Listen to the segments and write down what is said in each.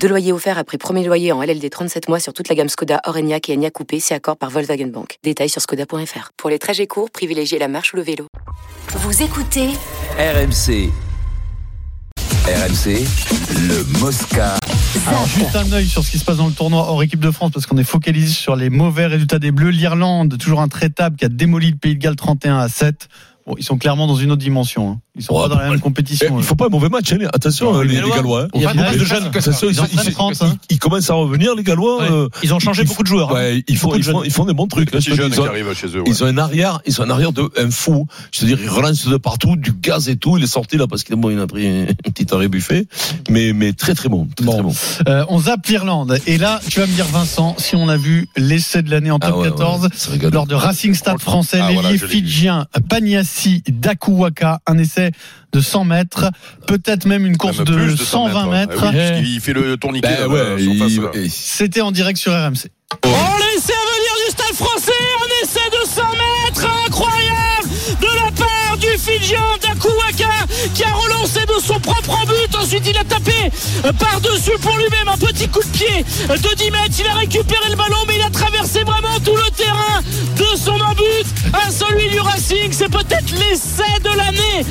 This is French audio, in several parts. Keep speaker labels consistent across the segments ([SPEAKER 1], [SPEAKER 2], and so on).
[SPEAKER 1] Deux loyers offerts après premier loyer en LLD 37 mois sur toute la gamme Skoda, Orenia et Enya Coupé, si accord par Volkswagen Bank. Détails sur skoda.fr. Pour les trajets courts, privilégiez la marche ou le vélo.
[SPEAKER 2] Vous écoutez
[SPEAKER 3] RMC. RMC, le Mosca.
[SPEAKER 4] Alors, juste un œil sur ce qui se passe dans le tournoi hors équipe de France, parce qu'on est focalisé sur les mauvais résultats des Bleus. L'Irlande, toujours intraitable, qui a démoli le pays de Galles 31 à 7. Bon, ils sont clairement dans une autre dimension. hein. Ils sont
[SPEAKER 5] Ouais,
[SPEAKER 4] pas dans la
[SPEAKER 5] bah,
[SPEAKER 4] même
[SPEAKER 5] Eh,
[SPEAKER 4] compétition.
[SPEAKER 5] Il
[SPEAKER 4] là.
[SPEAKER 5] faut pas un mauvais match, hein, les- attention,
[SPEAKER 4] Non,
[SPEAKER 5] hein,
[SPEAKER 4] les
[SPEAKER 5] les, les
[SPEAKER 4] Gallois,
[SPEAKER 5] Gallois. hein.
[SPEAKER 4] il y a
[SPEAKER 5] Attention,
[SPEAKER 4] beaucoup de jeunes.
[SPEAKER 5] attention,
[SPEAKER 4] Ils
[SPEAKER 5] ils,
[SPEAKER 4] en prennent
[SPEAKER 5] ils-
[SPEAKER 4] 30,
[SPEAKER 5] ils-
[SPEAKER 4] hein.
[SPEAKER 5] ils commencent à revenir, les Gallois.
[SPEAKER 4] Ouais.
[SPEAKER 5] euh,
[SPEAKER 4] Ils ont changé beaucoup de joueurs. hein.
[SPEAKER 5] ouais, ils, font,
[SPEAKER 4] Beaucoup de
[SPEAKER 5] ils, font,
[SPEAKER 4] jeunes.
[SPEAKER 5] ils font des bons trucs. là, je
[SPEAKER 6] petits
[SPEAKER 5] te dis,
[SPEAKER 6] jeunes
[SPEAKER 5] ils, ont,
[SPEAKER 6] qui arrivent chez eux. ouais.
[SPEAKER 5] ils ont un arrière, ils ont un arrière de un fou. Je veux dire, ils relancent de partout, du gaz et tout. Il est sorti là parce qu'il bon, il a pris un petit arrêt buffet, mais mais très très bon, très,
[SPEAKER 4] Bon.
[SPEAKER 5] très bon.
[SPEAKER 4] Euh, on zappe l'Irlande. Et là, tu vas me dire, Vincent, si on a vu l'essai de l'année en top
[SPEAKER 5] Ah ouais,
[SPEAKER 4] 14,
[SPEAKER 5] ouais, c'est rigolo.
[SPEAKER 4] lors de Racing Stade français,
[SPEAKER 6] Ah,
[SPEAKER 4] l'ailier
[SPEAKER 6] voilà, je l'ai vu.
[SPEAKER 4] fidjien Paniassi Dakuwaka, un essai de 100 mètres, peut-être même une course
[SPEAKER 6] Même
[SPEAKER 4] de,
[SPEAKER 6] plus
[SPEAKER 4] 120 mètres.
[SPEAKER 6] Ah oui, parce qu'il- il fait le tourniquet.
[SPEAKER 5] Ben
[SPEAKER 6] là,
[SPEAKER 5] ouais,
[SPEAKER 6] euh, sur
[SPEAKER 5] il-
[SPEAKER 6] face, là.
[SPEAKER 5] il-
[SPEAKER 4] C'était en direct sur RMC.
[SPEAKER 7] On l'essaie à venir du stade français, on essaie de 100 mètres, incroyable de la part du Fidjien Dakuwaka qui a relancé de son propre but, ensuite il a tapé euh, par-dessus pour lui-même un petit coup de pied de 10 mètres, il a récupéré le ballon mais il a traversé vraiment tout le terrain de son but à celui du Racing, c'est peut-être l'essai de l'année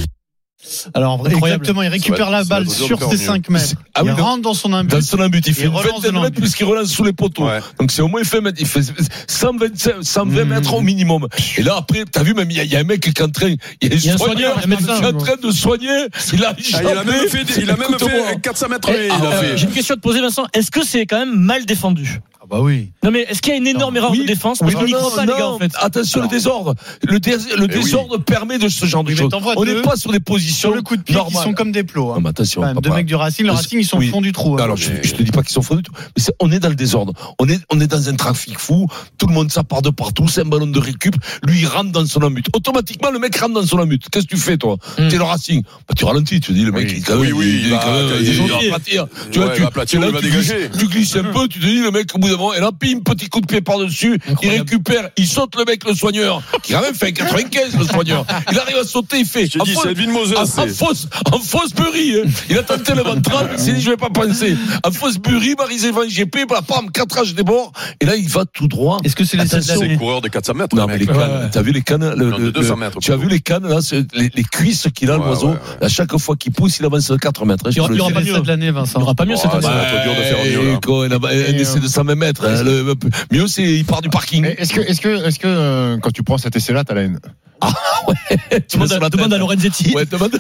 [SPEAKER 4] Alors,
[SPEAKER 5] Incroyable.
[SPEAKER 4] exactement, il récupère
[SPEAKER 6] Ça va-
[SPEAKER 4] la
[SPEAKER 6] ça va
[SPEAKER 4] balle
[SPEAKER 6] vous
[SPEAKER 4] sur
[SPEAKER 6] encore
[SPEAKER 4] ses
[SPEAKER 6] mieux.
[SPEAKER 4] 5 mètres.
[SPEAKER 5] Ah oui,
[SPEAKER 4] il
[SPEAKER 5] dans-
[SPEAKER 4] rentre dans son imbut.
[SPEAKER 5] Dans son imbut, il fait
[SPEAKER 4] relance de
[SPEAKER 5] 20
[SPEAKER 4] l'embut.
[SPEAKER 5] mètres puisqu'il relance sous les poteaux.
[SPEAKER 6] Ouais.
[SPEAKER 5] Donc c'est au moins il fait, il fait 125, 120
[SPEAKER 4] Mmh.
[SPEAKER 5] mètres au minimum. Et là après, t'as vu même il y, a- il y a un mec qui est en train, il y a, un soigneur,
[SPEAKER 4] un médecin,
[SPEAKER 5] qui est en train de soigner. Il a,
[SPEAKER 6] Ah, il a même fait, il a même
[SPEAKER 5] Écoute-moi.
[SPEAKER 6] fait 400 mètres. il a fait.
[SPEAKER 7] J'ai une question à te poser Vincent, est-ce que c'est quand même mal défendu
[SPEAKER 4] Ah bah oui.
[SPEAKER 7] Non mais est-ce qu'il y a une énorme
[SPEAKER 4] Non.
[SPEAKER 7] erreur
[SPEAKER 5] Oui,
[SPEAKER 7] de défense
[SPEAKER 5] Oui,
[SPEAKER 7] Parce qu'on n'y
[SPEAKER 5] non,
[SPEAKER 7] croit pas les gars
[SPEAKER 5] Ah, non,
[SPEAKER 7] en fait
[SPEAKER 5] Attention,
[SPEAKER 4] Alors.
[SPEAKER 5] le désordre. Le, dés- le
[SPEAKER 6] Eh oui.
[SPEAKER 5] désordre permet de ce genre de
[SPEAKER 4] Oui, mais
[SPEAKER 5] choses.
[SPEAKER 4] t'envoies
[SPEAKER 5] On
[SPEAKER 4] deux
[SPEAKER 5] n'est pas sur des positions
[SPEAKER 4] Sur le coup de pied, ils
[SPEAKER 5] normales.
[SPEAKER 4] sont comme des plots.
[SPEAKER 5] Non,
[SPEAKER 4] Hein.
[SPEAKER 5] mais attention,
[SPEAKER 4] Quand même, deux
[SPEAKER 5] papa.
[SPEAKER 4] mecs du Racing, le
[SPEAKER 5] Parce-
[SPEAKER 4] Racing, ils sont au
[SPEAKER 5] oui.
[SPEAKER 4] fond du trou. hein.
[SPEAKER 5] Alors, je, je te dis pas qu'ils sont fous du tout, mais c'est- on est dans le désordre. On est, on est dans un trafic fou. Tout le monde ça part de partout. C'est un ballon de récup. Lui, il rentre dans son embut. Automatiquement, le mec rentre dans son embut. Qu'est-ce que tu fais, toi
[SPEAKER 4] Hmm.
[SPEAKER 7] Mm.
[SPEAKER 5] T'es le Racing. Bah, tu ralentis. Tu dis, le mec,
[SPEAKER 6] Oui.
[SPEAKER 5] il, quand
[SPEAKER 6] Oui,
[SPEAKER 5] même,
[SPEAKER 6] oui, bah,
[SPEAKER 5] il, il
[SPEAKER 6] il
[SPEAKER 5] est
[SPEAKER 6] va-
[SPEAKER 5] quand même-
[SPEAKER 6] il
[SPEAKER 5] il
[SPEAKER 6] va-
[SPEAKER 5] va aplatir. Tu
[SPEAKER 6] Ouais,
[SPEAKER 5] vois,
[SPEAKER 6] il
[SPEAKER 5] tu,
[SPEAKER 6] va aplatir,
[SPEAKER 5] tu- là,
[SPEAKER 6] il va
[SPEAKER 5] tu glisses-
[SPEAKER 6] dégager.
[SPEAKER 5] tu glisses un peu. Tu te dis, le mec, au bout d'un moment, et là, pim, petit coup de pied par-dessus. Il
[SPEAKER 7] Incroyable.
[SPEAKER 5] récupère. Il saute le mec, le soigneur, qui a même fait un 95, le soigneur. Il arrive à sauter. Il fait.
[SPEAKER 6] J'ai dit,
[SPEAKER 5] Ah,
[SPEAKER 6] c'est Edwin Moser.
[SPEAKER 5] en, en
[SPEAKER 6] c'est-
[SPEAKER 5] fausse, en fausse Bury, hein. Il a tenté le ventral, il s'est dit, je vais pas penser. En fausse Bury, Marisé Van GP, bah, pam, 4 âges des bords. Et là, il va tout droit.
[SPEAKER 4] Est-ce que c'est l'essai de
[SPEAKER 5] Attention.
[SPEAKER 6] C'est
[SPEAKER 4] l'année
[SPEAKER 6] le coureur de 400 mètres.
[SPEAKER 5] Non,
[SPEAKER 6] le
[SPEAKER 5] mais les
[SPEAKER 6] mec.
[SPEAKER 5] cannes,
[SPEAKER 4] Ouais.
[SPEAKER 5] t'as vu les cannes, le-
[SPEAKER 6] Non, de
[SPEAKER 5] le-
[SPEAKER 6] 200 mètres,
[SPEAKER 5] tu as vu
[SPEAKER 6] plutôt.
[SPEAKER 5] les cannes, là, c'est les, les cuisses qu'il a,
[SPEAKER 6] Ouais,
[SPEAKER 5] l'oiseau.
[SPEAKER 6] ouais, ouais.
[SPEAKER 5] À chaque fois qu'il pousse, il avance de 4 mètres. hein, je
[SPEAKER 4] Il
[SPEAKER 5] te
[SPEAKER 4] y
[SPEAKER 5] le
[SPEAKER 4] aura
[SPEAKER 5] dis.
[SPEAKER 4] pas l'essai de l'année, Vincent.
[SPEAKER 7] Il n'y aura pas mieux
[SPEAKER 6] Oh,
[SPEAKER 7] cette année
[SPEAKER 6] ça va être dur de faire
[SPEAKER 5] Et
[SPEAKER 6] mieux, hein. là.
[SPEAKER 5] quoi, il a- un
[SPEAKER 8] Et,
[SPEAKER 5] essai de 100 mètres. hein, le- mieux, c'est il part du parking.
[SPEAKER 8] Est-ce que, est-ce que, est-ce que euh, quand tu prends cet essai-là, t'as la haine
[SPEAKER 5] Tu vas sur la
[SPEAKER 7] Demande
[SPEAKER 5] tête.
[SPEAKER 7] à Lorenzetti.
[SPEAKER 5] Ouais, demande.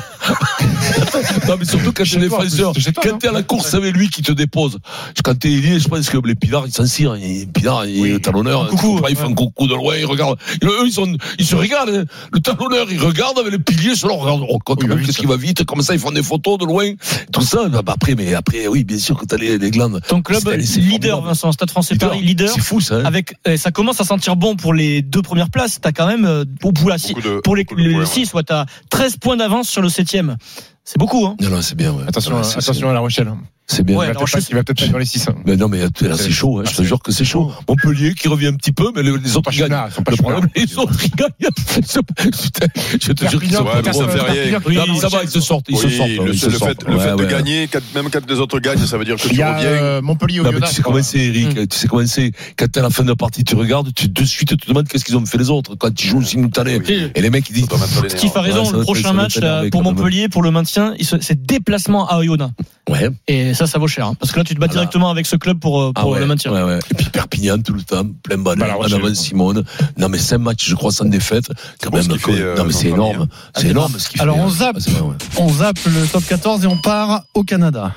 [SPEAKER 5] non, mais surtout quand t'es
[SPEAKER 8] Chez toi,
[SPEAKER 5] défenseur,
[SPEAKER 8] c'est chez toi,
[SPEAKER 5] quand
[SPEAKER 8] non
[SPEAKER 5] t'es à la course avec lui qui te dépose, quand t'es lié, je pense que les pilars, ils s'en cirent. Et Pilar, il est talonneur.
[SPEAKER 4] Coucou.
[SPEAKER 5] tu comprends, Ils font un coucou de loin, ils regardent. Et eux, ils, sont, ils se regardent. hein. Le talonneur, il regarde avec le pilier, sur leur regarde. Oh, quand
[SPEAKER 8] Oui, bah oui,
[SPEAKER 5] qu'est-ce
[SPEAKER 8] ça.
[SPEAKER 5] qui va vite Comme ça, ils font des photos de loin. Tout ça. Bah, bah, après, mais après, oui, bien sûr, quand t'as les, les glandes.
[SPEAKER 7] Ton club
[SPEAKER 5] C'est- c'est
[SPEAKER 7] leader,
[SPEAKER 5] formidable.
[SPEAKER 7] Vincent, Stade français
[SPEAKER 5] Leader.
[SPEAKER 7] Paris, leader.
[SPEAKER 5] C'est fou, ça. hein.
[SPEAKER 7] Avec, eh, ça commence à sentir bon pour les deux premières places. T'as quand même, euh, au bout là,
[SPEAKER 6] Beaucoup de-
[SPEAKER 7] pour les,
[SPEAKER 6] beaucoup de points, ouais.
[SPEAKER 7] 6, soit t'as 13 points d'avance sur le 7ème. C'est beaucoup, hein.
[SPEAKER 5] Non, non, c'est bien. ouais.
[SPEAKER 8] Attention,
[SPEAKER 5] Non, c'est-
[SPEAKER 8] attention à La Rochelle.
[SPEAKER 5] C'est c'est bien.
[SPEAKER 7] Ouais,
[SPEAKER 8] il va
[SPEAKER 7] La
[SPEAKER 8] peut-être pas,
[SPEAKER 7] Rochelle,
[SPEAKER 8] il va peut-être pas être dans les 6.
[SPEAKER 5] Mais non, mais là, c'est chaud, hein, je te jure que c'est chaud. Montpellier qui revient un petit peu, mais les, les autres
[SPEAKER 8] Pas
[SPEAKER 5] ils gagnent.
[SPEAKER 8] chouinards, ils sont pas
[SPEAKER 5] Le problème,
[SPEAKER 8] chouinards.
[SPEAKER 5] les autres ils gagnent. Putain, je te jure qu'ils sont
[SPEAKER 6] Ouais,
[SPEAKER 5] pas
[SPEAKER 6] mais
[SPEAKER 5] drôles.
[SPEAKER 6] ça fait rien.
[SPEAKER 5] Non, mais ça va, ils se sortent, ils se
[SPEAKER 6] Oui,
[SPEAKER 5] sortent.
[SPEAKER 6] le,
[SPEAKER 5] ils se
[SPEAKER 6] le fait,
[SPEAKER 5] sortent.
[SPEAKER 6] le fait
[SPEAKER 5] Ouais,
[SPEAKER 6] de
[SPEAKER 5] ouais.
[SPEAKER 6] gagner, quatre- même quand les autres gagnent, ça veut dire que
[SPEAKER 8] Il y
[SPEAKER 6] tu
[SPEAKER 8] a
[SPEAKER 6] reviens.
[SPEAKER 8] euh, Montpellier au
[SPEAKER 5] Non, mais tu
[SPEAKER 8] Lyonnais.
[SPEAKER 5] sais comment c'est, Eric. Tu sais comment c'est. Quand à la fin de la partie, tu regardes, tu, de suite, tu te demandes qu'est-ce qu'ils ont fait les autres quand ils jouent simultané.
[SPEAKER 6] Oui.
[SPEAKER 5] Et les mecs, ils disent,
[SPEAKER 6] Ça doit mettre les nerfs.
[SPEAKER 7] Steve a raison,
[SPEAKER 5] Ouais, ça
[SPEAKER 7] le
[SPEAKER 5] va
[SPEAKER 7] prochain
[SPEAKER 5] t'énerver,
[SPEAKER 7] match
[SPEAKER 5] ça va
[SPEAKER 7] là,
[SPEAKER 5] t'énerver
[SPEAKER 7] pour
[SPEAKER 5] quand même.
[SPEAKER 7] Montpellier, pour le maintien, il se- c'est déplacement à Oyonnax.
[SPEAKER 5] ouais.
[SPEAKER 7] Et ça, ça vaut cher. hein. Parce que là, tu te bats
[SPEAKER 5] Ah là.
[SPEAKER 7] directement avec ce club pour, euh,
[SPEAKER 5] Ah
[SPEAKER 7] pour
[SPEAKER 5] ouais,
[SPEAKER 7] le maintien.
[SPEAKER 5] ouais, ouais. Et puis Perpignan tout le temps, plein balai,
[SPEAKER 8] Bah, la
[SPEAKER 5] en
[SPEAKER 8] Rochelle,
[SPEAKER 5] avant
[SPEAKER 8] quoi.
[SPEAKER 5] Simone. Non mais cinq matchs, je crois, sans défaite. Quand
[SPEAKER 6] beau
[SPEAKER 5] même,
[SPEAKER 6] ce qu'il
[SPEAKER 5] quoi.
[SPEAKER 6] fait, euh,
[SPEAKER 5] non mais c'est
[SPEAKER 6] dans le
[SPEAKER 5] énorme. C'est énorme ce qu'il fait.
[SPEAKER 4] Alors, on
[SPEAKER 5] hein.
[SPEAKER 4] zappe.
[SPEAKER 5] Ah, c'est vrai, ouais.
[SPEAKER 4] On zappe le top 14 et on part au Canada.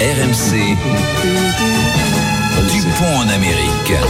[SPEAKER 3] RMC, Dupont en Amérique.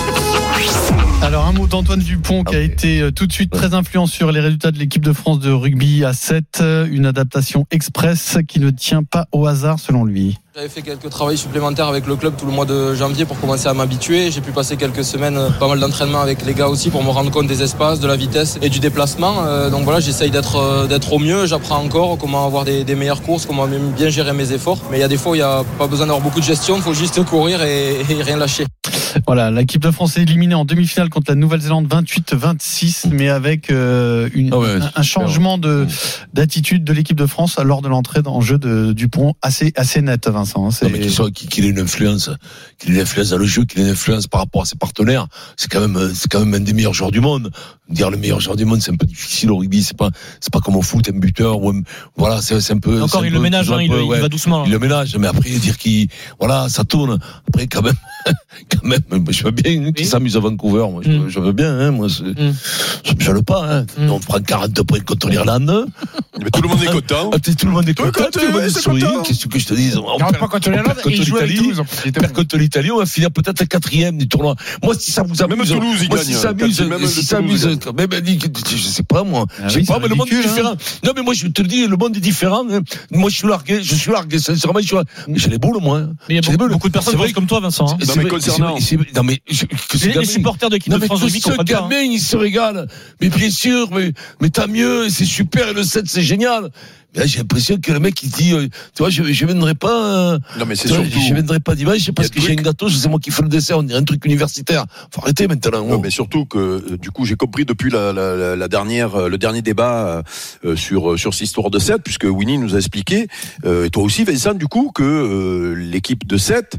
[SPEAKER 4] Alors un mot d'Antoine Dupont qui a
[SPEAKER 5] Ah oui.
[SPEAKER 4] été euh, tout de suite très influent sur les résultats de l'équipe de France de rugby à 7, euh, une adaptation express qui ne tient pas au hasard selon lui.
[SPEAKER 2] J'avais fait quelques travaux supplémentaires avec le club tout le mois de janvier pour commencer à m'habituer. J'ai pu passer quelques semaines, euh, pas mal d'entraînement avec les gars aussi pour me rendre compte des espaces, de la vitesse et du déplacement. Euh, donc voilà, j'essaye d'être euh, d'être au mieux. J'apprends encore comment avoir des, des meilleures courses, comment même bien gérer mes efforts. Mais il y a des fois où il n'y a pas besoin d'avoir beaucoup de gestion, il faut juste courir et- et rien lâcher.
[SPEAKER 4] Voilà, l'équipe de France est éliminée en demi-finale contre la Nouvelle-Zélande 28-26, mais avec euh, une-
[SPEAKER 5] Ah ouais,
[SPEAKER 4] un, un changement de d'attitude de l'équipe de France lors de l'entrée en jeu de Dupont assez assez net, Vincent. hein, c'est-
[SPEAKER 5] Non, mais qu'il soit- qu'il- qu'il ait une influence, qu'il ait une influence dans le jeu, qu'il ait une influence par rapport à ses partenaires, c'est quand même, euh, c'est quand même un des meilleurs joueurs du monde. Dire le meilleur joueur du monde, c'est un peu difficile au rugby, c'est pas, c'est pas comme au foot, un buteur, ou un- voilà, c'est c'est un peu.
[SPEAKER 9] Encore,
[SPEAKER 5] c'est un
[SPEAKER 9] il le
[SPEAKER 5] peu-
[SPEAKER 9] ménage,
[SPEAKER 5] c'est un
[SPEAKER 9] hein, il,
[SPEAKER 5] peu,
[SPEAKER 9] le- il
[SPEAKER 5] ouais.
[SPEAKER 9] va doucement.
[SPEAKER 5] Il
[SPEAKER 9] là.
[SPEAKER 5] le ménage, mais après dire qu'il, voilà, ça tourne. Après quand même, quand même, je veux bien qu'il
[SPEAKER 9] Oui.
[SPEAKER 5] s'amuse à Vancouver, moi, je,
[SPEAKER 9] Mm.
[SPEAKER 5] je veux bien, hein, moi, c'est-
[SPEAKER 9] Mm.
[SPEAKER 5] ça me gêne pas. Hein.
[SPEAKER 9] Mm.
[SPEAKER 5] On prend 42 points contre l'Irlande.
[SPEAKER 6] hein. Mais tout le monde est content.
[SPEAKER 5] Ah, t'es- tout le monde est
[SPEAKER 6] Toi,
[SPEAKER 5] content,
[SPEAKER 6] quand,
[SPEAKER 5] tout le monde
[SPEAKER 6] euh,
[SPEAKER 5] est
[SPEAKER 6] c'est
[SPEAKER 5] souriant.
[SPEAKER 6] content.
[SPEAKER 5] Qu'est-ce que je te dis On
[SPEAKER 8] On
[SPEAKER 5] perd-
[SPEAKER 8] pas contre
[SPEAKER 5] on
[SPEAKER 8] l'Irlande
[SPEAKER 5] perd
[SPEAKER 8] et
[SPEAKER 5] contre
[SPEAKER 8] il joue avec
[SPEAKER 5] l'Italie.
[SPEAKER 8] Toulouse. en plus. Il était
[SPEAKER 5] perd
[SPEAKER 8] bon.
[SPEAKER 5] contre l'Italie, on va finir peut-être à quatrième du tournoi. Moi, si ça vous amuse.
[SPEAKER 6] Même à Toulouse, il
[SPEAKER 5] moi,
[SPEAKER 6] gagne.
[SPEAKER 5] si ça amuse,
[SPEAKER 6] Même le
[SPEAKER 5] si ça
[SPEAKER 6] Toulouse,
[SPEAKER 5] amuse,
[SPEAKER 6] il
[SPEAKER 5] quand même, dit que- je sais pas, moi.
[SPEAKER 4] Ah
[SPEAKER 5] Je sais
[SPEAKER 4] oui,
[SPEAKER 5] pas,
[SPEAKER 4] c'est
[SPEAKER 5] mais le monde est
[SPEAKER 4] ridicule, hein.
[SPEAKER 5] différent. Non, mais moi, je te le dis, le monde est différent. hein. Moi, je suis largué, je suis largué, sincèrement, je suis largué. Mais J'ai les boules, moi. hein.
[SPEAKER 9] Mais il y a
[SPEAKER 5] C'est vrai.
[SPEAKER 9] beaucoup, beaucoup de personnes
[SPEAKER 5] C'est vrai
[SPEAKER 9] pensent comme toi, Vincent. hein.
[SPEAKER 5] C'est-
[SPEAKER 6] Non,
[SPEAKER 5] c'est
[SPEAKER 6] mais
[SPEAKER 5] vrai-
[SPEAKER 6] concernant-
[SPEAKER 5] c'est vrai- c'est vrai- Non, mais, je- que ce
[SPEAKER 9] Les, les
[SPEAKER 5] gamin, il-
[SPEAKER 9] supporters de l'équipe
[SPEAKER 5] non
[SPEAKER 9] de
[SPEAKER 5] mais
[SPEAKER 9] France
[SPEAKER 5] tout
[SPEAKER 9] Rugby
[SPEAKER 5] ce
[SPEAKER 9] comprennent pas.
[SPEAKER 5] gamin il se régale. Mais bien sûr, mais, mais tant mieux, c'est super, et le 7 c'est génial. Mais là j'ai l'impression que le mec il dit, euh, tu vois, je ne viendrai pas, euh,
[SPEAKER 6] Non, mais c'est
[SPEAKER 5] tu vois,
[SPEAKER 6] surtout.
[SPEAKER 5] je viendrai pas dimanche
[SPEAKER 6] Il y
[SPEAKER 5] parce
[SPEAKER 6] a
[SPEAKER 5] que
[SPEAKER 6] le
[SPEAKER 5] j'ai un
[SPEAKER 6] truc-
[SPEAKER 5] gâteau, c'est moi qui fais le dessert, on dirait un truc universitaire. Faut arrêter maintenant.
[SPEAKER 6] Non,
[SPEAKER 5] oh.
[SPEAKER 6] mais surtout que euh, du coup j'ai compris depuis la, la- la- la dernière euh, le dernier débat euh, euh, sur euh, sur cette histoire de 7 puisque Winnie nous a expliqué euh, et toi aussi Vincent du coup que euh, l'équipe de 7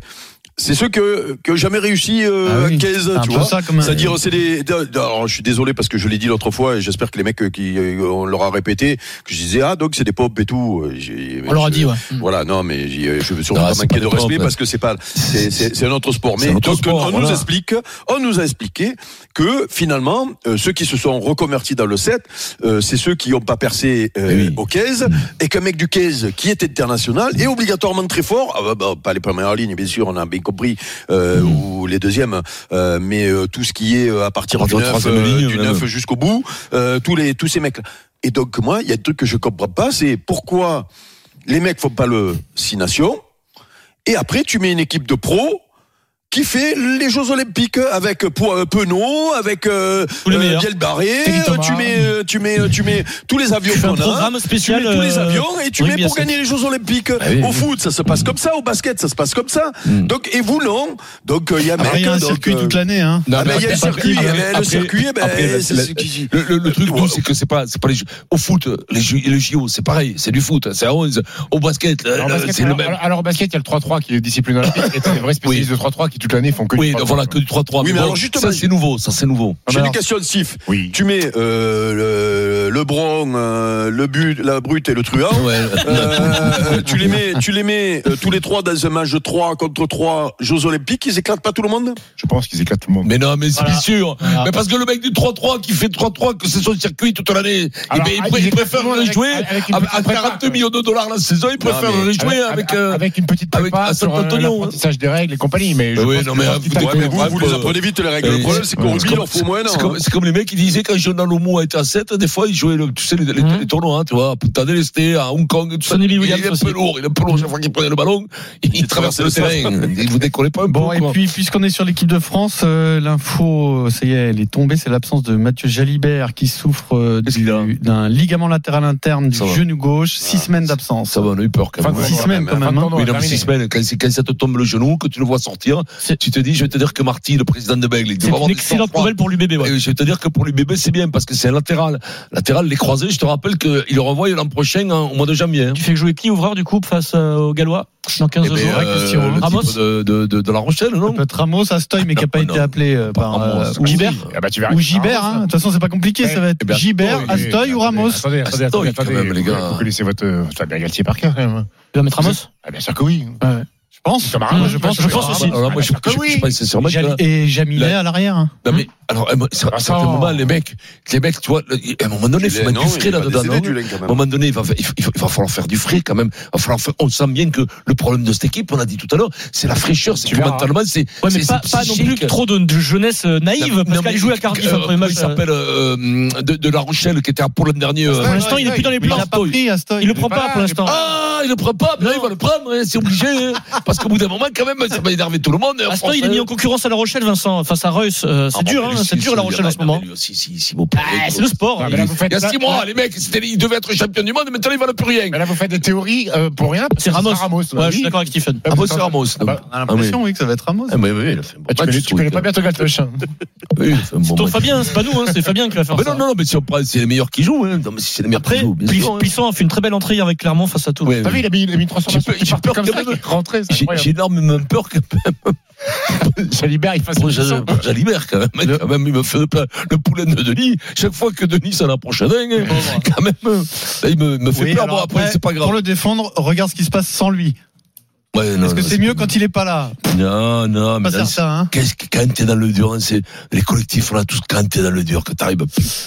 [SPEAKER 6] c'est ceux que que jamais réussi euh,
[SPEAKER 4] Ah oui,
[SPEAKER 6] à 15
[SPEAKER 4] un
[SPEAKER 6] tu
[SPEAKER 4] peu
[SPEAKER 6] vois.
[SPEAKER 4] ça, comme un-
[SPEAKER 6] C'est-à-dire c'est les alors oh, je suis désolé parce que je l'ai dit l'autre fois et j'espère que les mecs euh, qui euh, on leur a répété que je disais ah donc c'est des pop et tout Euh, j'ai-
[SPEAKER 9] On leur a
[SPEAKER 6] je-
[SPEAKER 9] dit, ouais.
[SPEAKER 7] Mm.
[SPEAKER 6] voilà, non, mais j'y- euh, je veux surtout
[SPEAKER 5] Non,
[SPEAKER 6] pas
[SPEAKER 5] c'est
[SPEAKER 6] manquer
[SPEAKER 5] pas
[SPEAKER 6] de
[SPEAKER 5] le top,
[SPEAKER 6] respect
[SPEAKER 5] ouais.
[SPEAKER 6] parce que c'est pas, c'est- c'est c'est un autre sport.
[SPEAKER 5] C'est
[SPEAKER 6] Mais
[SPEAKER 5] un autre
[SPEAKER 6] donc,
[SPEAKER 5] sport,
[SPEAKER 6] on nous
[SPEAKER 5] voilà.
[SPEAKER 6] explique, on nous a expliqué que finalement, euh, ceux qui se sont reconvertis dans le 7, euh, c'est ceux qui n'ont pas percé euh,
[SPEAKER 5] Eh oui.
[SPEAKER 6] au 15, et qu'un mec du 15 qui est international est obligatoirement très fort, ah bah, bah, pas les premières lignes, bien sûr, on a bien compris, euh,
[SPEAKER 5] Mm.
[SPEAKER 6] ou les deuxièmes, euh, mais euh, tout ce qui est euh, à partir
[SPEAKER 5] Entre
[SPEAKER 6] du 9,
[SPEAKER 5] troisième ligne,
[SPEAKER 6] du
[SPEAKER 5] même.
[SPEAKER 6] 9 jusqu'au bout, euh, tous, les, tous ces mecs-là. Et donc, moi, il y a un truc que je comprends pas, c'est pourquoi les mecs font pas le Six Nations, et après, tu mets une équipe de pros qui fait les Jeux Olympiques avec Po- euh, Penaud, avec euh,
[SPEAKER 9] Tous les
[SPEAKER 6] euh,
[SPEAKER 9] meilleurs.
[SPEAKER 6] Biel Barré,
[SPEAKER 9] Teddy
[SPEAKER 6] euh, tu
[SPEAKER 9] Thomas.
[SPEAKER 6] mets, euh, tu mets, euh, tu mets tous les avions
[SPEAKER 9] Tu fais un
[SPEAKER 6] qu'on a.
[SPEAKER 9] programme
[SPEAKER 6] Tu mets
[SPEAKER 9] spécial.
[SPEAKER 6] tous les
[SPEAKER 9] euh,
[SPEAKER 6] avions et tu
[SPEAKER 9] rugby
[SPEAKER 6] mets
[SPEAKER 9] à
[SPEAKER 6] pour
[SPEAKER 9] sept.
[SPEAKER 6] gagner les Jeux Olympiques.
[SPEAKER 5] oui,
[SPEAKER 6] au
[SPEAKER 5] oui.
[SPEAKER 6] foot, ça se passe comme ça. Au basket, ça se passe comme ça.
[SPEAKER 5] Mm.
[SPEAKER 6] Donc, et vous, non. Donc, euh, il y a
[SPEAKER 4] Après,
[SPEAKER 6] mec,
[SPEAKER 4] il y a un
[SPEAKER 6] donc,
[SPEAKER 4] circuit
[SPEAKER 6] euh,
[SPEAKER 4] toute l'année. Hein.
[SPEAKER 5] Non,
[SPEAKER 6] ah
[SPEAKER 5] mais
[SPEAKER 6] ben, il y a
[SPEAKER 5] après-
[SPEAKER 6] le circuit.
[SPEAKER 5] après-
[SPEAKER 6] eh ben, le
[SPEAKER 5] après-
[SPEAKER 6] circuit, eh ben,
[SPEAKER 5] après, la-
[SPEAKER 6] c'est
[SPEAKER 5] la-
[SPEAKER 6] ce qui-
[SPEAKER 5] Le, le- le truc
[SPEAKER 6] Ouais.
[SPEAKER 5] doux, c'est que c'est pas, c'est pas les jeux. Au foot, les jeux, le JO, c'est pareil, c'est du foot, hein, c'est à 11. Au basket, là,
[SPEAKER 8] Alors,
[SPEAKER 5] là,
[SPEAKER 8] basket,
[SPEAKER 5] c'est le
[SPEAKER 8] alors-
[SPEAKER 5] même.
[SPEAKER 8] alors- alors, au basket, il y a le 3-3 qui est discipline olympique. Et t'as des vrais spécialistes de 3-3 qui toute l'année font que. du
[SPEAKER 5] Oui,
[SPEAKER 8] 3-3.
[SPEAKER 5] voilà, que du 3-3.
[SPEAKER 6] Oui, mais
[SPEAKER 5] bon,
[SPEAKER 6] alors, justement,
[SPEAKER 5] ça c'est nouveau, ça c'est nouveau.
[SPEAKER 6] J'ai des questions de Sif.
[SPEAKER 8] Oui.
[SPEAKER 6] Tu mets euh, le, Lebron, euh, le but, la brute et le truand.
[SPEAKER 5] Ouais.
[SPEAKER 6] Euh, tu les mets, tu les mets euh, tous les trois dans un match de 3 contre 3 Jeux Olympiques, ils éclatent pas tout le monde
[SPEAKER 8] Je pense qu'ils éclatent tout le monde.
[SPEAKER 5] Mais non, mais c'est
[SPEAKER 9] Voilà.
[SPEAKER 5] bien sûr.
[SPEAKER 9] Voilà.
[SPEAKER 8] Ah.
[SPEAKER 5] Mais parce que le mec du 3-3 qui fait 3-3, que c'est son circuit toute l'année, eh
[SPEAKER 8] Alors,
[SPEAKER 5] ben, il,
[SPEAKER 8] ah,
[SPEAKER 5] pr-
[SPEAKER 8] ils
[SPEAKER 5] il préfère
[SPEAKER 8] éclatent
[SPEAKER 5] le
[SPEAKER 8] avec- ah,
[SPEAKER 5] jouer
[SPEAKER 8] avec une
[SPEAKER 4] Ah,
[SPEAKER 5] à,
[SPEAKER 8] petite
[SPEAKER 5] à
[SPEAKER 8] prépa.
[SPEAKER 5] 42 millions de dollars la saison, il préfère
[SPEAKER 6] mais
[SPEAKER 5] le jouer avec.
[SPEAKER 8] avec,
[SPEAKER 5] euh,
[SPEAKER 8] avec une petite
[SPEAKER 5] avec-
[SPEAKER 8] prépa
[SPEAKER 5] à
[SPEAKER 8] sur
[SPEAKER 5] Saint-Antonio,
[SPEAKER 8] euh, l'apprentissage des règles et compagnie mais je
[SPEAKER 5] Ouais,
[SPEAKER 8] pense
[SPEAKER 5] non,
[SPEAKER 8] que
[SPEAKER 5] mais,
[SPEAKER 8] le petit
[SPEAKER 5] euh,
[SPEAKER 8] tacle-
[SPEAKER 5] ouais, mais
[SPEAKER 6] Vous, vous les
[SPEAKER 5] euh,
[SPEAKER 6] apprenez vite les règles.
[SPEAKER 5] euh,
[SPEAKER 6] Le problème, c'est qu'au
[SPEAKER 8] c'est
[SPEAKER 6] rugby, il en faut moins. hein.
[SPEAKER 5] C'est
[SPEAKER 6] Non,
[SPEAKER 5] comme, c'est comme les mecs qui disaient quand Jonathan Lomo a été à 7, des fois il jouait le, tu sais, les, les-
[SPEAKER 9] Mhm.
[SPEAKER 5] les tournois, hein, tu vois, à Punta del Este, à Hong Kong, tout ça.
[SPEAKER 9] Sonny
[SPEAKER 5] il,
[SPEAKER 9] Williams
[SPEAKER 5] est un
[SPEAKER 9] aussi.
[SPEAKER 5] peu lourd, il est un peu lourd chaque fois qu'il prenait le ballon, il, traversait le terrain. il vous décollait pas un
[SPEAKER 4] Bon,
[SPEAKER 5] peu.
[SPEAKER 4] et
[SPEAKER 5] quoi.
[SPEAKER 4] puis, puisqu'on est sur l'équipe de France, euh, l'info, euh, ça y est, elle est tombée, c'est l'absence de Mathieu Jalibert qui souffre euh,
[SPEAKER 5] Qu'est-ce qu'il a
[SPEAKER 4] du- d'un ligament latéral interne du
[SPEAKER 5] Ça va.
[SPEAKER 4] genou gauche, six
[SPEAKER 6] Ah,
[SPEAKER 4] semaines d'absence.
[SPEAKER 5] Ça va, on a eu peur quand
[SPEAKER 8] Enfin,
[SPEAKER 5] même.
[SPEAKER 8] de
[SPEAKER 4] Six
[SPEAKER 8] Ouais,
[SPEAKER 4] semaines
[SPEAKER 6] ouais,
[SPEAKER 4] quand
[SPEAKER 8] ouais,
[SPEAKER 4] même. hein.
[SPEAKER 8] attendons.
[SPEAKER 5] Oui,
[SPEAKER 8] Ouais,
[SPEAKER 5] non, mais
[SPEAKER 8] terminé.
[SPEAKER 5] six semaines, quand, c'est- quand ça te tombe le genou, que tu le vois sortir,
[SPEAKER 9] C'est-
[SPEAKER 5] tu te dis, je vais te dire que Marty, le président de Bègle, il
[SPEAKER 9] C'est
[SPEAKER 5] doit avoir
[SPEAKER 9] une
[SPEAKER 5] des
[SPEAKER 9] excellente
[SPEAKER 5] sang-froid.
[SPEAKER 9] nouvelle pour l'UBB. ouais.
[SPEAKER 5] Et Je vais te dire que pour l'UBB, c'est bien, parce que c'est un latéral. Latéral, les croisés, je te rappelle qu'il le renvoie l'an prochain, hein, au mois de janvier. hein.
[SPEAKER 9] Tu fais jouer qui ouvreur du coup face euh, aux Gallois dans 15
[SPEAKER 5] Eh ben,
[SPEAKER 9] jours
[SPEAKER 4] vraie
[SPEAKER 5] euh,
[SPEAKER 4] question, hein.
[SPEAKER 5] le type
[SPEAKER 9] Ramos
[SPEAKER 5] de, de, de, de La Rochelle,
[SPEAKER 4] Ça
[SPEAKER 5] non
[SPEAKER 4] peut être Ramos, Astoy, mais qui n'a pas
[SPEAKER 5] Non,
[SPEAKER 4] été appelé euh,
[SPEAKER 5] Pas
[SPEAKER 4] par
[SPEAKER 5] Ramos.
[SPEAKER 4] euh, ou-
[SPEAKER 5] Gibert.
[SPEAKER 8] Ah bah, tu verras.
[SPEAKER 4] ou Gibert. hein. De toute façon, c'est pas compliqué, ça va
[SPEAKER 5] Eh
[SPEAKER 4] être
[SPEAKER 5] ben,
[SPEAKER 4] Gibert,
[SPEAKER 8] Oui, oui,
[SPEAKER 4] Astoy ou
[SPEAKER 8] attendez,
[SPEAKER 4] Ramos.
[SPEAKER 8] Attendez, attendez,
[SPEAKER 5] Astoy,
[SPEAKER 8] attendez,
[SPEAKER 5] quand même, les
[SPEAKER 8] Vous-
[SPEAKER 5] gars.
[SPEAKER 8] Vous connaissez votre. euh, Fabien Galtier par cœur, quand même.
[SPEAKER 9] Tu vas mettre Ramos
[SPEAKER 8] Ah, bien sûr que oui.
[SPEAKER 9] Ouais.
[SPEAKER 4] Je pense.
[SPEAKER 8] Camara,
[SPEAKER 4] Moi,
[SPEAKER 8] je
[SPEAKER 4] je pense.
[SPEAKER 8] pense aussi.
[SPEAKER 4] Camara.
[SPEAKER 5] Alors là, moi, Ah, je, je, je, je pense sincèrement que là-
[SPEAKER 4] Et Jamilet à l'arrière. hein.
[SPEAKER 5] euh, Non mais alors euh, à un certain
[SPEAKER 8] Attends.
[SPEAKER 5] moment les mecs, les mecs, tu vois, le- à un moment donné, il faut mettre du frais là-dedans. non bah, À un moment donné, il va, il, il- il va falloir faire du frais quand même. Il va falloir faire- on sent bien que le problème de cette équipe, on l'a dit tout à l'heure, c'est la fraîcheur, c'est
[SPEAKER 8] Tu verras.
[SPEAKER 5] mentalement, c'est
[SPEAKER 9] Ouais, mais
[SPEAKER 5] c'est
[SPEAKER 9] pas,
[SPEAKER 5] c'est
[SPEAKER 9] pas non plus
[SPEAKER 5] psychique.
[SPEAKER 9] trop de, de jeunesse euh, naïve,
[SPEAKER 5] Non,
[SPEAKER 9] parce
[SPEAKER 5] non,
[SPEAKER 9] qu'elle
[SPEAKER 5] mais-
[SPEAKER 9] joue à Cardiff
[SPEAKER 5] euh,
[SPEAKER 9] en premier
[SPEAKER 5] comment
[SPEAKER 9] match.
[SPEAKER 5] Il
[SPEAKER 9] euh,
[SPEAKER 5] s'appelle euh, de, de La Rochelle qui était à pour l'an dernier. euh,
[SPEAKER 9] Pour l'instant, il est plus dans les
[SPEAKER 4] Mais Il
[SPEAKER 9] plans.
[SPEAKER 4] a pas pris Astoy.
[SPEAKER 9] Il le prend pas pour l'instant.
[SPEAKER 5] Ah, il le prend pas, mais là, il va le prendre, hein, c'est obligé. hein. Parce qu'au bout d'un moment, quand même, ça va énerver tout le monde. hein,
[SPEAKER 9] Aston, il est
[SPEAKER 5] Français.
[SPEAKER 9] mis en concurrence à La Rochelle, Vincent, face à Reus. Euh,
[SPEAKER 5] Ah,
[SPEAKER 9] C'est
[SPEAKER 5] bon,
[SPEAKER 9] dur,
[SPEAKER 5] mais
[SPEAKER 9] hein,
[SPEAKER 5] lui,
[SPEAKER 9] c'est
[SPEAKER 5] si,
[SPEAKER 9] dur
[SPEAKER 5] si,
[SPEAKER 9] La
[SPEAKER 5] il y
[SPEAKER 9] Rochelle
[SPEAKER 5] en a-
[SPEAKER 9] en ce moment.
[SPEAKER 5] lui aussi, si, si, mon pauvre,
[SPEAKER 9] Ah, C'est le sport.
[SPEAKER 8] Ah, mais là, vous
[SPEAKER 5] Il
[SPEAKER 8] faites
[SPEAKER 5] y a six
[SPEAKER 8] là-
[SPEAKER 5] mois,
[SPEAKER 8] là-
[SPEAKER 5] les mecs, c'était- ils devaient être champions du monde, maintenant ils valent plus rien.
[SPEAKER 9] Ah,
[SPEAKER 8] Mais là, vous faites des théories euh, pour rien. parce
[SPEAKER 9] C'est
[SPEAKER 8] que
[SPEAKER 9] Ramos.
[SPEAKER 8] Ramos.
[SPEAKER 9] Ouais, je suis d'accord avec Stephen.
[SPEAKER 5] Ah, bon, c'est Ramos.
[SPEAKER 8] Ah bah,
[SPEAKER 5] donc.
[SPEAKER 4] On a l'impression, oui, que ça va être Ramos.
[SPEAKER 5] Ah, mais oui, il a fait un bon
[SPEAKER 8] Ah, tu
[SPEAKER 5] match,
[SPEAKER 8] connais,
[SPEAKER 5] ce
[SPEAKER 8] tu connais
[SPEAKER 5] week-end.
[SPEAKER 8] pas bien ton gatoche. hein.
[SPEAKER 5] Oui, il a fait un bon
[SPEAKER 9] C'est ton
[SPEAKER 5] match.
[SPEAKER 9] Fabien, c'est pas nous, hein, c'est Fabien qui va faire
[SPEAKER 5] Mais
[SPEAKER 9] ça.
[SPEAKER 5] non, non, non, mais si on prend, c'est les meilleurs qui jouent. Hein. Non, mais si c'est les meilleurs
[SPEAKER 9] Après,
[SPEAKER 5] qui jouent, bien
[SPEAKER 9] Pli-
[SPEAKER 5] sûr. hein.
[SPEAKER 9] Plisson a fait une très belle entrée hier avec Clermont face à Tours.
[SPEAKER 5] Ouais,
[SPEAKER 8] T'as vu,
[SPEAKER 5] ouais.
[SPEAKER 8] il a mis, il a mis une transformation.
[SPEAKER 5] J'ai peur- j'ai
[SPEAKER 8] parti
[SPEAKER 5] peur
[SPEAKER 8] comme
[SPEAKER 5] quand
[SPEAKER 8] ça,
[SPEAKER 5] même.
[SPEAKER 8] il est rentré, c'est
[SPEAKER 5] J'ai j'ai
[SPEAKER 8] incroyable.
[SPEAKER 5] énormément peur que
[SPEAKER 8] Jalibert,
[SPEAKER 4] Ah,
[SPEAKER 8] il fasse
[SPEAKER 5] pour
[SPEAKER 8] une
[SPEAKER 5] Jal-
[SPEAKER 8] leçon.
[SPEAKER 5] pour Jalibert, quand même. hein, Quand même, il me fait le, pla- le poulain de Denis. Chaque fois que Denis s'en approche un, hein, quand même, euh, là, il me, me fait
[SPEAKER 4] Oui,
[SPEAKER 5] peur.
[SPEAKER 4] alors
[SPEAKER 5] Bon, après,
[SPEAKER 4] après,
[SPEAKER 5] c'est pas grave.
[SPEAKER 4] Pour le défendre, regarde ce qui se passe sans lui.
[SPEAKER 5] Ouais, non,
[SPEAKER 4] Est-ce que
[SPEAKER 5] non,
[SPEAKER 4] c'est mieux quand il est pas là
[SPEAKER 5] Non, non, mais
[SPEAKER 4] Pas
[SPEAKER 5] dans-
[SPEAKER 4] certain. Hein.
[SPEAKER 5] Qu'est-ce que, quand t'es dans le dur, hein, c'est les collectifs là, tous quand t'es dans le dur, que t'arrives,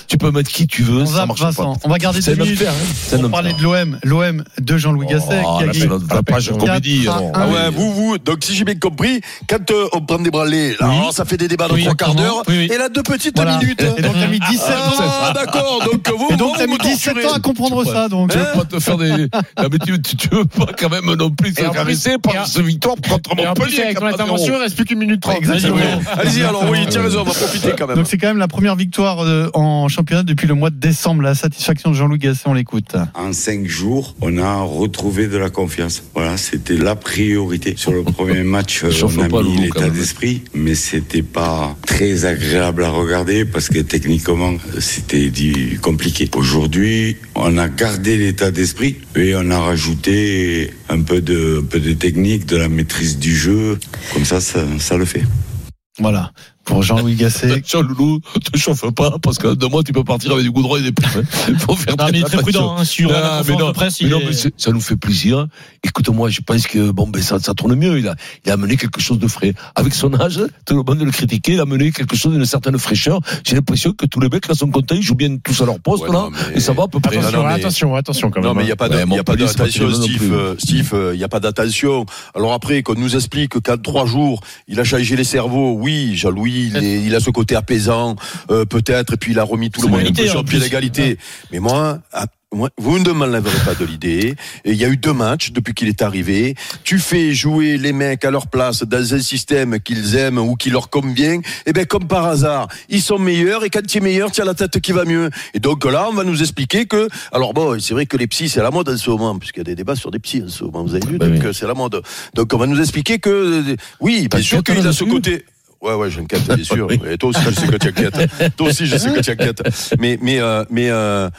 [SPEAKER 5] tu peux mettre qui tu veux,
[SPEAKER 4] On
[SPEAKER 5] ça
[SPEAKER 4] zappe,
[SPEAKER 5] marche
[SPEAKER 4] Vincent.
[SPEAKER 5] pas.
[SPEAKER 4] On va garder
[SPEAKER 5] C'est
[SPEAKER 4] deux
[SPEAKER 5] un homme
[SPEAKER 4] minutes
[SPEAKER 5] faire, hein. C'est un
[SPEAKER 4] pour
[SPEAKER 5] homme
[SPEAKER 4] parler
[SPEAKER 5] faire.
[SPEAKER 4] de l'OM. L'OM de Jean-Louis Gasset
[SPEAKER 5] Oh,
[SPEAKER 4] qui a
[SPEAKER 5] là,
[SPEAKER 4] gagné
[SPEAKER 5] c'est notre- la page de comédie. hein.
[SPEAKER 4] quatre à
[SPEAKER 5] alors.
[SPEAKER 4] un.
[SPEAKER 6] Ah ouais, vous, vous, donc si j'ai bien compris, quand euh, on prend des branlées, là, alors, ça fait des débats de
[SPEAKER 9] Oui,
[SPEAKER 6] trois quarts
[SPEAKER 9] exactement.
[SPEAKER 6] d'heure,
[SPEAKER 9] Oui, oui.
[SPEAKER 6] et là, deux petites
[SPEAKER 4] Voilà.
[SPEAKER 6] minutes.
[SPEAKER 4] Et donc, t'as mis 17 ans.
[SPEAKER 6] Ah, d'accord, donc vous,
[SPEAKER 4] Et donc,
[SPEAKER 6] vous
[SPEAKER 4] t'as mis
[SPEAKER 6] me
[SPEAKER 4] 17
[SPEAKER 6] torturez. Hein
[SPEAKER 4] ans à comprendre
[SPEAKER 5] Tu
[SPEAKER 4] ça, donc.
[SPEAKER 5] Tu veux pas te faire des. Non, mais tu, tu, tu veux pas quand même non plus te
[SPEAKER 8] Et en plus-
[SPEAKER 5] caresser
[SPEAKER 8] et en-
[SPEAKER 5] par ce victoire contre
[SPEAKER 8] Et en plus,
[SPEAKER 5] Montpellier.
[SPEAKER 8] avec ton
[SPEAKER 5] quatre à zéro.
[SPEAKER 8] intervention, il reste plus qu'une minute trente. Vas-y,
[SPEAKER 4] Exactement. Ouais.
[SPEAKER 6] Allez-y, alors oui, tiens raison, on va profiter quand même.
[SPEAKER 4] Donc, c'est quand même la première victoire euh, en championnat depuis le mois de décembre. La satisfaction de Jean-Louis Gasset, on l'écoute.
[SPEAKER 10] En cinq jours, on a retrouvé de la confiance. Voilà, c'était la priorité. Sur le premier match, euh,
[SPEAKER 5] Chauffe
[SPEAKER 10] on a
[SPEAKER 5] pas,
[SPEAKER 10] mis
[SPEAKER 5] Loulou, quand
[SPEAKER 10] l'état
[SPEAKER 5] même.
[SPEAKER 10] d'esprit, mais c'était pas très agréable à regarder parce que techniquement, euh, c'était du- compliqué. Aujourd'hui, on a gardé l'état d'esprit et on a rajouté un peu de, un peu de technique, de la maîtrise du jeu. Comme ça, ça, ça le fait.
[SPEAKER 4] Voilà. Pour Jean-Louis Gasset.
[SPEAKER 5] Tiens, Loulou, te chauffe pas, parce que de moi, tu peux partir avec du goudron et des plumes. hein. Faut faire
[SPEAKER 9] Non, mais il est très
[SPEAKER 5] attention.
[SPEAKER 9] prudent hein, sur la
[SPEAKER 5] Non, mais
[SPEAKER 9] conférence de
[SPEAKER 5] non,
[SPEAKER 9] presse.
[SPEAKER 5] mais
[SPEAKER 9] il
[SPEAKER 5] non,
[SPEAKER 9] est-
[SPEAKER 5] mais c'est- ça nous fait plaisir. Écoute-moi, je pense que bon, ben, ça, ça tourne mieux. Il a, il a amené quelque chose de frais. Avec son âge, tout le monde le critiquait. Il a amené quelque chose d'une certaine fraîcheur. J'ai l'impression que tous les mecs là sont contents. Ils jouent bien tous à leur poste
[SPEAKER 6] Ouais,
[SPEAKER 5] là,
[SPEAKER 6] non, mais-
[SPEAKER 5] et ça va à peu près.
[SPEAKER 6] Non,
[SPEAKER 8] Attention,
[SPEAKER 6] non, mais-
[SPEAKER 8] attention, attention quand même.
[SPEAKER 6] Non,
[SPEAKER 4] hein.
[SPEAKER 6] mais il n'y a pas de-
[SPEAKER 5] Ouais,
[SPEAKER 6] il y a pas
[SPEAKER 5] Montpellier, c'est pas
[SPEAKER 6] d'attention,
[SPEAKER 5] terrible non
[SPEAKER 6] Steve.
[SPEAKER 5] plus.
[SPEAKER 6] euh, Steve, euh, il n'y a pas d'attention. Alors après, qu'on nous explique qu'en trois jours, il a changé les cerveaux. Oui, Jean-Louis, il, est- il a ce côté apaisant, euh, peut-être, et puis il a remis tout le
[SPEAKER 9] C'est
[SPEAKER 6] monde un
[SPEAKER 9] mérité,
[SPEAKER 6] peu
[SPEAKER 9] en
[SPEAKER 6] sur pied
[SPEAKER 9] plus.
[SPEAKER 6] d'égalité. Mais moi, à- moi, vous ne me l'enlèverez pas de l'idée. Et Il y a eu deux matchs depuis qu'il est arrivé. Tu fais jouer les mecs à leur place dans un système qu'ils aiment ou qui leur convient. Et bien, comme par hasard, ils sont meilleurs. Et quand tu es meilleur, tu as la tête qui va mieux. Et donc là, on va nous expliquer que. Alors bon, c'est vrai que les psys, c'est à la mode en ce moment, puisqu'il y a des débats sur des psys en ce moment. Vous avez vu,
[SPEAKER 5] Bah
[SPEAKER 6] donc
[SPEAKER 5] oui.
[SPEAKER 6] euh, c'est à la mode. Donc on va nous expliquer que. euh, Oui, bien
[SPEAKER 5] T'inquiète,
[SPEAKER 6] sûr qu'il
[SPEAKER 5] hein,
[SPEAKER 6] a ce
[SPEAKER 5] là-dessus.
[SPEAKER 6] côté. Ouais, ouais, j'inquiète, bien sûr.
[SPEAKER 5] Oui.
[SPEAKER 6] Et toi aussi, je sais que tu inquiètes. toi aussi, je sais que tu inquiètes. Mais, mais, euh, mais euh,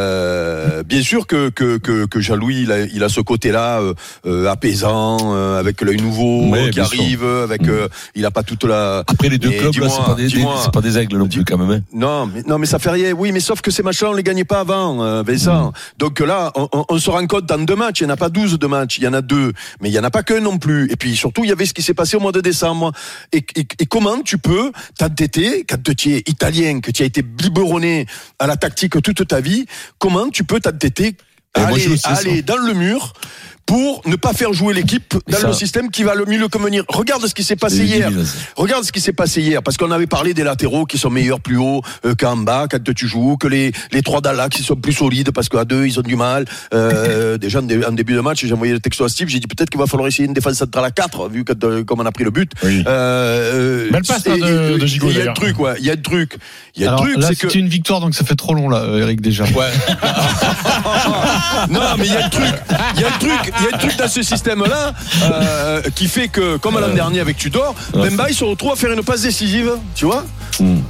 [SPEAKER 6] euh, bien sûr que, que, que, que Jean-Louis, il a, il a ce côté-là euh, euh, apaisant, euh, avec l'œil nouveau
[SPEAKER 5] Ouais,
[SPEAKER 6] euh, qui
[SPEAKER 5] bien sûr. Mm.
[SPEAKER 6] arrive, avec, euh, il a pas toute la.
[SPEAKER 5] Après les deux
[SPEAKER 6] Mais
[SPEAKER 5] clubs, là,
[SPEAKER 6] dis-moi,
[SPEAKER 5] c'est pas des, des-
[SPEAKER 6] dis-moi.
[SPEAKER 5] c'est pas des aigles non plus quand même. hein.
[SPEAKER 6] Non, mais, non, mais ça fait rien. Oui, mais sauf que ces matchs-là, on les gagnait pas avant, euh,
[SPEAKER 5] Mm.
[SPEAKER 6] Vincent. Donc là, on, on- on se rend compte dans deux matchs. Il n'y en a pas 12 de matchs, il y en a deux. Mais il n'y en a pas qu'un non plus. Et puis surtout, il y avait ce qui s'est passé au mois de décembre. Et, et- et comment tu peux t'entêter, quand tu es italien, que tu as été biberonné à la tactique toute ta vie, comment tu peux t'entêter
[SPEAKER 5] Et
[SPEAKER 6] à
[SPEAKER 5] Eh, moi, je
[SPEAKER 6] aller,
[SPEAKER 5] le sais,
[SPEAKER 6] à
[SPEAKER 5] ça.
[SPEAKER 6] aller dans le mur pour ne pas faire jouer l'équipe
[SPEAKER 5] Et
[SPEAKER 6] dans
[SPEAKER 5] ça-
[SPEAKER 6] le système qui va le mieux le convenir. Regarde ce qui s'est
[SPEAKER 5] C'est
[SPEAKER 6] passé hier.
[SPEAKER 5] débile, ça.
[SPEAKER 6] Regarde ce qui s'est passé hier, parce qu'on avait parlé des latéraux qui sont meilleurs plus haut euh, qu'en bas quand tu joues, que les, les trois Dallas qui sont plus solides parce qu'à deux ils ont du mal. Euh, déjà en, dé- en début de match, j'ai envoyé le texto à Steve, j'ai dit peut-être qu'il va falloir essayer une défense centrale à 4 vu que, euh, comme on a pris le but.
[SPEAKER 8] Oui.
[SPEAKER 6] Euh, euh,
[SPEAKER 8] Belle passe, hein,
[SPEAKER 6] et-
[SPEAKER 8] de-
[SPEAKER 6] et-
[SPEAKER 8] de Gigot,
[SPEAKER 6] et Il y a un
[SPEAKER 8] d'ailleurs.
[SPEAKER 6] truc, ouais, il y a un truc, il y a un
[SPEAKER 4] Alors,
[SPEAKER 6] truc,
[SPEAKER 4] là,
[SPEAKER 6] c'est que
[SPEAKER 4] c'est une victoire, donc ça fait trop long, là, euh, Eric, déjà.
[SPEAKER 6] Ouais. non, mais il y a un truc, il y a un truc, il y a un truc dans ce système-là euh, qui fait que, comme l'an dernier avec Tudor, Bemba il se retrouve à faire une passe décisive, tu vois.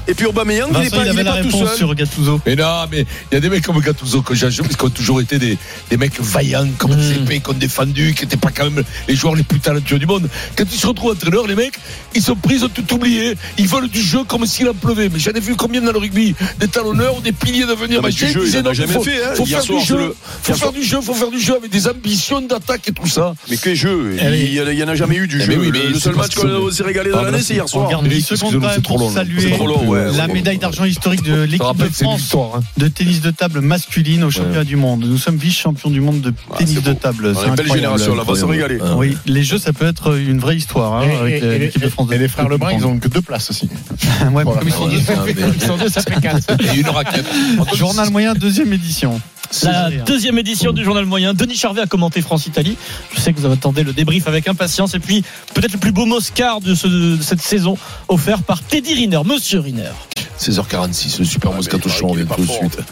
[SPEAKER 6] Et puis Aubameyang, il n'est
[SPEAKER 4] Vincent,
[SPEAKER 6] pas,
[SPEAKER 4] il
[SPEAKER 6] il est
[SPEAKER 4] avait la
[SPEAKER 6] pas tout
[SPEAKER 4] réponse
[SPEAKER 6] seul.
[SPEAKER 4] sur Gattuso.
[SPEAKER 5] Mais non, mais il y a des mecs comme Gattuso que j'ajoute, qui ont toujours été des, des mecs vaillants, comme
[SPEAKER 6] Hmm.
[SPEAKER 5] CP, qui ont défendu, qui n'étaient pas quand même les joueurs les plus talentueux du monde. Quand ils se retrouvent entraîneurs, les mecs, ils sont pris, ils ont tout oublié. Ils veulent du jeu comme s'il en pleuvait. Mais j'en ai vu combien dans le rugby Des talonneurs, des piliers d'avenir,
[SPEAKER 6] Non, mais
[SPEAKER 5] machin,
[SPEAKER 6] du jeu,
[SPEAKER 5] ils disaient,
[SPEAKER 6] il en a
[SPEAKER 5] non,
[SPEAKER 6] jamais
[SPEAKER 5] faut,
[SPEAKER 6] fait, hein.
[SPEAKER 5] faut
[SPEAKER 6] Hier
[SPEAKER 5] faire
[SPEAKER 6] soir,
[SPEAKER 5] du jeu.
[SPEAKER 6] c'est le-
[SPEAKER 5] Faut
[SPEAKER 6] hier
[SPEAKER 5] faire
[SPEAKER 6] soir-
[SPEAKER 5] du jeu, faut faire du jeu avec des ambitions d'attaque et tout ça.
[SPEAKER 6] Mais que jeu
[SPEAKER 4] Allez.
[SPEAKER 6] Il n'y en a jamais eu du
[SPEAKER 5] Eh
[SPEAKER 6] jeu.
[SPEAKER 5] mais oui,
[SPEAKER 6] Le-
[SPEAKER 5] mais
[SPEAKER 6] le
[SPEAKER 5] c'est
[SPEAKER 6] seul
[SPEAKER 5] parce
[SPEAKER 6] match
[SPEAKER 5] que-
[SPEAKER 6] qu'on s'est régalé dans
[SPEAKER 5] Ah,
[SPEAKER 6] l'année,
[SPEAKER 5] mais-
[SPEAKER 6] c'est hier
[SPEAKER 4] On
[SPEAKER 6] soir.
[SPEAKER 4] garde
[SPEAKER 5] Mais
[SPEAKER 4] 10
[SPEAKER 5] excusez-nous,
[SPEAKER 4] secondes quand
[SPEAKER 5] c'est
[SPEAKER 4] même
[SPEAKER 5] trop
[SPEAKER 4] pour
[SPEAKER 5] long, là.
[SPEAKER 4] saluer
[SPEAKER 5] C'est
[SPEAKER 6] trop long, ouais,
[SPEAKER 4] la
[SPEAKER 6] ouais,
[SPEAKER 4] médaille d'argent historique de
[SPEAKER 5] Je te
[SPEAKER 4] l'équipe de
[SPEAKER 5] rappelle que c'est une
[SPEAKER 4] France
[SPEAKER 5] victoire. hein.
[SPEAKER 4] de tennis de table masculine au championnat du monde. Nous sommes vice-champions du monde de
[SPEAKER 6] Ah,
[SPEAKER 4] tennis
[SPEAKER 6] c'est
[SPEAKER 4] de
[SPEAKER 6] beau.
[SPEAKER 4] table.
[SPEAKER 6] On
[SPEAKER 4] C'est
[SPEAKER 6] a une belle
[SPEAKER 4] incroyable.
[SPEAKER 6] génération, là, on va se régaler.
[SPEAKER 4] Oui, les jeux, ça peut être une vraie histoire hein,
[SPEAKER 11] Et-
[SPEAKER 4] avec
[SPEAKER 11] et- et-
[SPEAKER 4] l'équipe de France. de
[SPEAKER 11] et les
[SPEAKER 4] foot,
[SPEAKER 11] frères
[SPEAKER 4] je
[SPEAKER 11] Lebrun,
[SPEAKER 4] pense.
[SPEAKER 11] ils ont que deux places aussi.
[SPEAKER 4] Ouais,
[SPEAKER 11] Voilà,
[SPEAKER 4] comme ils
[SPEAKER 11] voilà,
[SPEAKER 4] sont
[SPEAKER 11] c'est un-
[SPEAKER 5] mais-
[SPEAKER 11] ils sont deux, ça fait quatre.
[SPEAKER 5] Et une raquette.
[SPEAKER 4] dit. Journal moyen, deuxième édition.
[SPEAKER 7] La deuxième édition du Journal Moyen. Denis Charvet a commenté France-Italie. Je sais que vous attendez le débrief avec impatience. Et puis, peut-être le plus beau Moscar de, ce- de cette saison, offert par Teddy Riner, Monsieur Riner.
[SPEAKER 5] 16h46, le super
[SPEAKER 6] Ah, mais
[SPEAKER 5] Moscato
[SPEAKER 6] il paraît
[SPEAKER 5] Show, on
[SPEAKER 6] qu'il Ah, est
[SPEAKER 5] vient
[SPEAKER 6] pas
[SPEAKER 5] tout de
[SPEAKER 6] fort.
[SPEAKER 5] suite.